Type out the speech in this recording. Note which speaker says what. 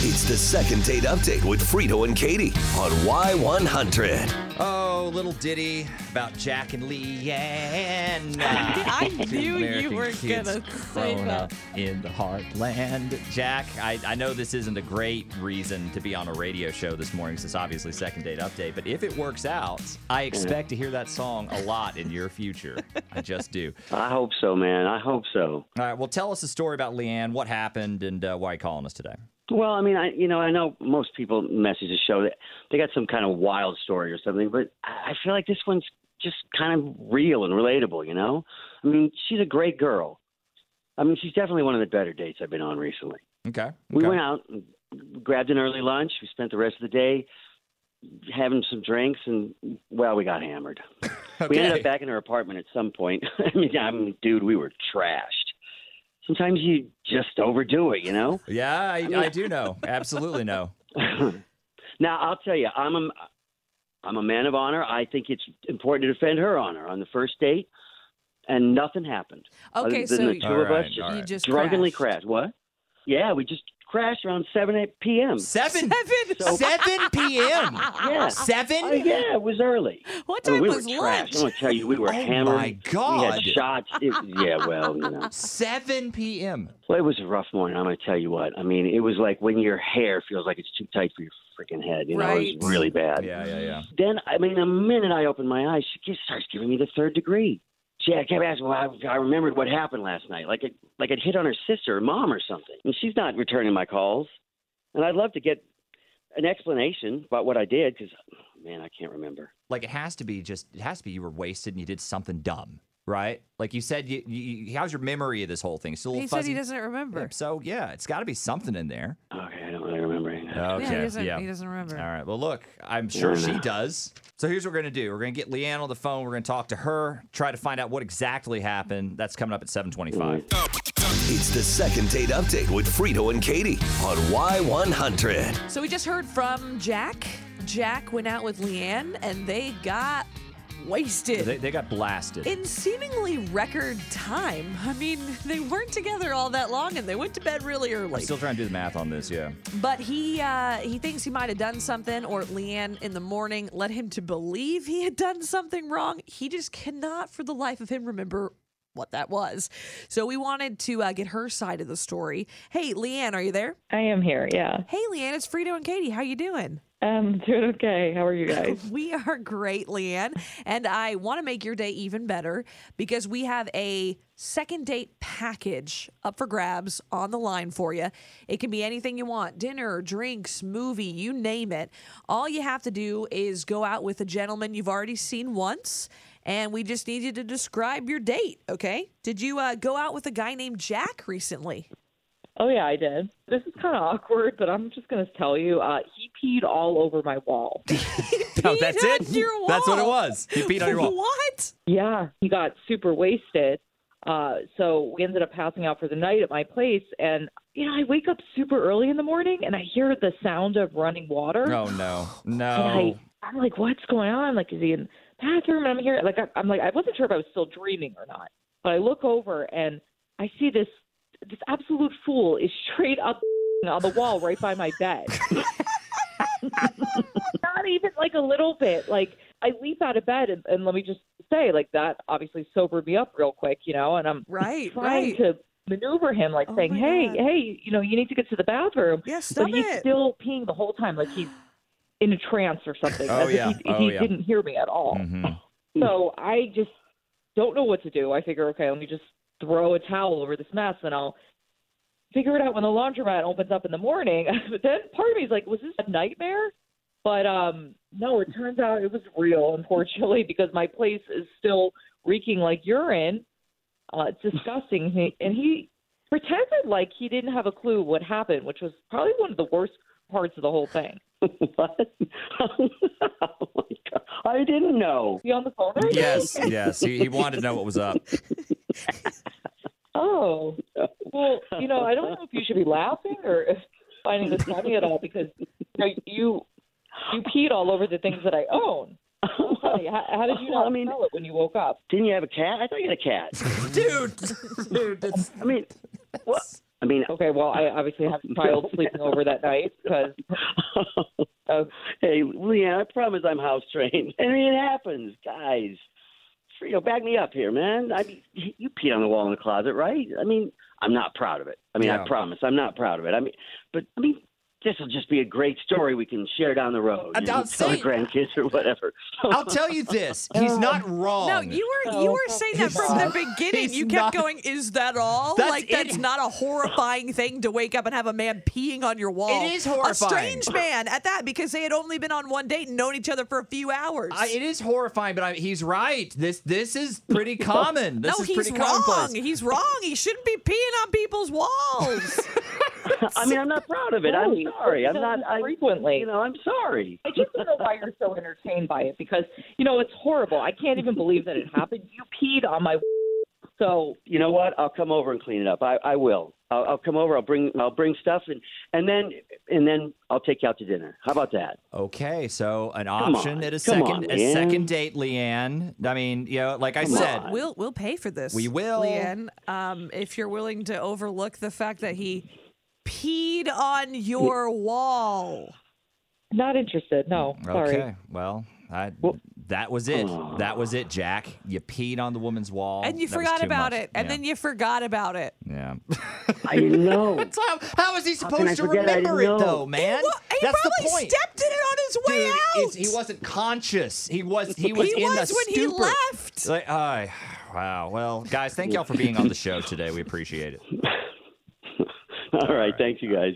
Speaker 1: It's the second date update with Frito and Katie on Y100.
Speaker 2: Oh, little ditty about Jack and Leanne.
Speaker 3: I knew you
Speaker 2: American
Speaker 3: were
Speaker 2: kids
Speaker 3: gonna say
Speaker 2: grown
Speaker 3: that.
Speaker 2: up In the heartland. Jack, I, I know this isn't a great reason to be on a radio show this morning since obviously second date update, but if it works out, I expect to hear that song a lot in your future. I just do.
Speaker 4: I hope so, man. I hope so.
Speaker 2: All right, well, tell us a story about Leanne, what happened, and uh, why you calling us today.
Speaker 4: Well, I mean, I you know, I know most people message the show that they got some kind of wild story or something, but I I feel like this one's just kind of real and relatable. You know, I mean, she's a great girl. I mean, she's definitely one of the better dates I've been on recently.
Speaker 2: Okay. okay.
Speaker 4: We went out, and grabbed an early lunch. We spent the rest of the day having some drinks, and well, we got hammered. We ended
Speaker 2: Okay.
Speaker 4: up back in her apartment at some point. I mean, I mean, dude, we were trashed. Sometimes you just overdo it, you know.
Speaker 2: Yeah, I, I do know. Absolutely know.
Speaker 4: now I'll tell you, I'm a, I'm a man of honor. I think it's important to defend her honor on the first date, and nothing happened. Other
Speaker 3: Okay,
Speaker 4: than
Speaker 3: so
Speaker 4: the two
Speaker 2: All
Speaker 4: of us
Speaker 2: right,
Speaker 4: just
Speaker 2: all
Speaker 3: you just
Speaker 4: drunkenly
Speaker 3: crashed.
Speaker 4: crashed. What? Yeah, we just crashed around seven eight p.m.
Speaker 2: Seven.
Speaker 3: Seven.
Speaker 2: 7 p.m.
Speaker 4: Yeah.
Speaker 2: Seven?
Speaker 4: Oh, yeah, it was early.
Speaker 3: What
Speaker 4: I mean,
Speaker 3: time
Speaker 4: we
Speaker 3: was
Speaker 4: were trashed.
Speaker 3: lunch?
Speaker 4: I'm gonna tell you, we were
Speaker 2: Oh,
Speaker 4: hammered.
Speaker 2: my God.
Speaker 4: We had shots. It- yeah, well, you know.
Speaker 2: 7 p.m.
Speaker 4: Well, it was a rough morning. I'm going to tell you what. I mean, it was like when your hair feels like it's too tight for your freaking head. You know, it
Speaker 3: Right.
Speaker 4: was really bad.
Speaker 2: Yeah, yeah, yeah.
Speaker 4: Then, I mean, the minute I opened my eyes, she just starts giving me the third degree. She I kept asking, well, I, I remembered what happened last night. Like it, like it hit on her sister or mom or something. And she's not returning my calls. And I'd love to get an explanation about what I did because, man, I can't remember.
Speaker 2: Like it has to be just it has to be you were wasted and you did something dumb, right? Like you said, you, you, you- how's your memory of this whole thing? Still a
Speaker 3: He
Speaker 2: little
Speaker 3: said
Speaker 2: fuzzy.
Speaker 3: he doesn't remember.
Speaker 2: So yeah, it's got to be something in there.
Speaker 4: Okay, I don't really remember. anything.
Speaker 3: Yeah, he doesn't. He doesn't remember.
Speaker 2: All right. Well, look, I'm sure
Speaker 4: Yeah.
Speaker 2: she does. So here's what we're gonna do. We're gonna get Leanne on the phone. We're gonna talk to her, try to find out what exactly happened. That's coming up at 7:25.
Speaker 1: It's the second date update with Frito and Katie on Y100.
Speaker 3: So we just heard from Jack. Jack went out with Leanne, and they got wasted.
Speaker 2: They, they got blasted.
Speaker 3: in seemingly record time. I mean, they weren't together all that long, and they went to bed really early.
Speaker 2: Still trying to do the math on this. Yeah.
Speaker 3: But he uh, he thinks he might have done something, or Leanne in the morning led him to believe he had done something wrong. He just cannot, for the life of him, remember what that was. So we wanted to uh, get her side of the story. Hey, Leanne, are you there?
Speaker 5: I am here. Yeah.
Speaker 3: Hey, Leanne, it's Frito and Katie. How you doing?
Speaker 5: Um, doing okay. How are you guys?
Speaker 3: We are great, Leanne, and I want to make your day even better because we have a second date package up for grabs on the line for you. It can be anything you want dinner, drinks, movie, you name it. All you have to do is go out with a gentleman you've already seen once, and we just need you to describe your date, okay? Did you uh, go out with a guy named Jack recently?
Speaker 5: Oh yeah, I did. This is kind of awkward, but I'm just gonna tell you. Uh, he peed all over my wall.
Speaker 2: Oh,
Speaker 3: peed
Speaker 2: that's
Speaker 3: on
Speaker 2: it.
Speaker 3: your
Speaker 2: That's what it
Speaker 3: wall.
Speaker 2: was. You peed on your wall.
Speaker 3: What?
Speaker 5: yeah, he got super wasted. Uh, so we ended up passing out for the night at my place, and you know I wake up super early in the morning and I hear the sound of running water.
Speaker 2: Oh no,
Speaker 3: Oh.
Speaker 5: And
Speaker 2: no.
Speaker 5: I, I'm like, what's going on? Like, is he in the bathroom? And I'm here. Like, I, I'm like, I wasn't sure if I was still dreaming or not. But I look over and I see this this absolute fool is straight up on the wall right by my bed. not even like a little bit. Like, I leap out of bed and, and let me just say, like, that obviously sobered me up real quick, you know. And I'm
Speaker 3: Right,
Speaker 5: trying
Speaker 3: right.
Speaker 5: to maneuver him, like
Speaker 3: Oh
Speaker 5: saying,
Speaker 3: my
Speaker 5: hey,
Speaker 3: God.
Speaker 5: hey, you know, you need to get to the bathroom.
Speaker 3: Yeah,
Speaker 5: but
Speaker 3: stop
Speaker 5: he's
Speaker 3: it.
Speaker 5: still peeing the whole time, like he's in a trance or something.
Speaker 2: Oh,
Speaker 5: as if
Speaker 2: yeah.
Speaker 5: he,
Speaker 2: Oh,
Speaker 5: he
Speaker 2: yeah.
Speaker 5: didn't hear me at all.
Speaker 2: Mhm.
Speaker 5: So I just don't know what to do. I figure, okay, let me just throw a towel over this mess and I'll figure it out when the laundromat opens up in the morning. but then part of me is like, was this a nightmare? But um no, it turns out it was real, unfortunately, because my place is still reeking like urine. Uh, it's disgusting. He- and he pretended like he didn't have a clue what happened, which was probably one of the worst parts of the whole thing.
Speaker 4: what? oh my God. I didn't know.
Speaker 5: You on the phone right now?
Speaker 2: Yes, yes. He, he wanted to know what was up.
Speaker 5: Oh, well, you know, I don't know if you should be laughing or if finding this funny at all because you know, you you peed all over the things that I own. Honey, how, how did you
Speaker 4: Well,
Speaker 5: not
Speaker 4: I mean-
Speaker 5: smell it when you woke up?
Speaker 4: Didn't you have a cat? I thought you had a cat.
Speaker 2: Dude, dude, it's,
Speaker 4: I mean, what? I mean,
Speaker 5: Okay, well, I obviously have a child sleeping over that night because Oh. of
Speaker 4: oh, hey, Leanne, I promise I'm house trained. I mean, it happens, guys. You know, back me up here, man. I mean, you peed on the wall in the closet, right? I mean, I'm not proud of it. I mean,
Speaker 2: Yeah.
Speaker 4: I promise, I'm not proud of it. I mean, but I mean, this will just be a great story we can share down the road.
Speaker 2: I
Speaker 4: you know,
Speaker 2: don't
Speaker 4: tell
Speaker 2: see-
Speaker 4: the grandkids or whatever.
Speaker 2: I'll tell you this. He's not wrong.
Speaker 3: No, you were you were saying that
Speaker 2: He's
Speaker 3: from the
Speaker 2: not-
Speaker 3: beginning.
Speaker 2: he's
Speaker 3: You kept
Speaker 2: not-
Speaker 3: going, "Is that all?"
Speaker 2: That's
Speaker 3: like
Speaker 2: it.
Speaker 3: that's not a horrifying thing to wake up and have a man peeing on your wall.
Speaker 2: It is horrifying.
Speaker 3: A strange man at that because they had only been on one date and known each other for a few hours.
Speaker 2: I, it is horrifying, but I, he's right. This this is pretty common. This
Speaker 3: no,
Speaker 2: is
Speaker 3: he's
Speaker 2: pretty
Speaker 3: wrong.
Speaker 2: commonplace.
Speaker 3: He's wrong. He shouldn't be peeing on people's walls.
Speaker 4: I mean, I'm not proud of it. I'm
Speaker 5: Right.
Speaker 4: sorry. I'm
Speaker 5: It
Speaker 4: not.
Speaker 5: happens
Speaker 4: I,
Speaker 5: frequently.
Speaker 4: you know, I'm sorry.
Speaker 5: I just don't know why you're so entertained by it because you know it's horrible. I can't even believe that it happened. You peed on my so
Speaker 4: you know what? I'll come over and clean it up. I, I will. I'll, I'll come over. I'll bring. I'll bring stuff, and and then and then I'll take you out to dinner. How about that?
Speaker 2: Okay, so an
Speaker 4: Come
Speaker 2: option
Speaker 4: on.
Speaker 2: at a
Speaker 4: Come
Speaker 2: second
Speaker 4: on,
Speaker 2: a
Speaker 4: Leanne.
Speaker 2: second date, Leanne. I mean, you know, like I
Speaker 4: Come
Speaker 2: said,
Speaker 4: on.
Speaker 3: we'll we'll pay for this.
Speaker 2: We will.
Speaker 3: Leanne, um, if you're willing to overlook the fact that he peed on your
Speaker 2: Oh,
Speaker 3: wall.
Speaker 5: not interested. No, sorry.
Speaker 2: Okay. Well, I, that was it. That was it, Jack. You peed on the woman's wall,
Speaker 3: And you
Speaker 2: That was
Speaker 3: forgot
Speaker 2: too
Speaker 3: about
Speaker 2: much.
Speaker 3: it. And
Speaker 2: yeah.
Speaker 3: then you forgot about it.
Speaker 2: yeah.
Speaker 4: I know.
Speaker 2: So how, how is he
Speaker 4: can I
Speaker 2: supposed to
Speaker 4: forget? I
Speaker 2: remember
Speaker 4: didn't
Speaker 2: it
Speaker 4: know.
Speaker 2: though, man?
Speaker 3: Well, he
Speaker 2: That's
Speaker 3: probably
Speaker 2: the point.
Speaker 3: stepped in it on his way
Speaker 2: Dude,
Speaker 3: out.
Speaker 2: it's- he wasn't conscious. He was. He was
Speaker 3: He
Speaker 2: in
Speaker 3: was
Speaker 2: the
Speaker 3: when he
Speaker 2: stupor.
Speaker 3: left.
Speaker 2: Like, I- wow. Well, guys, thank y'all for being on the show today. We appreciate it.
Speaker 4: All right. Thank you guys.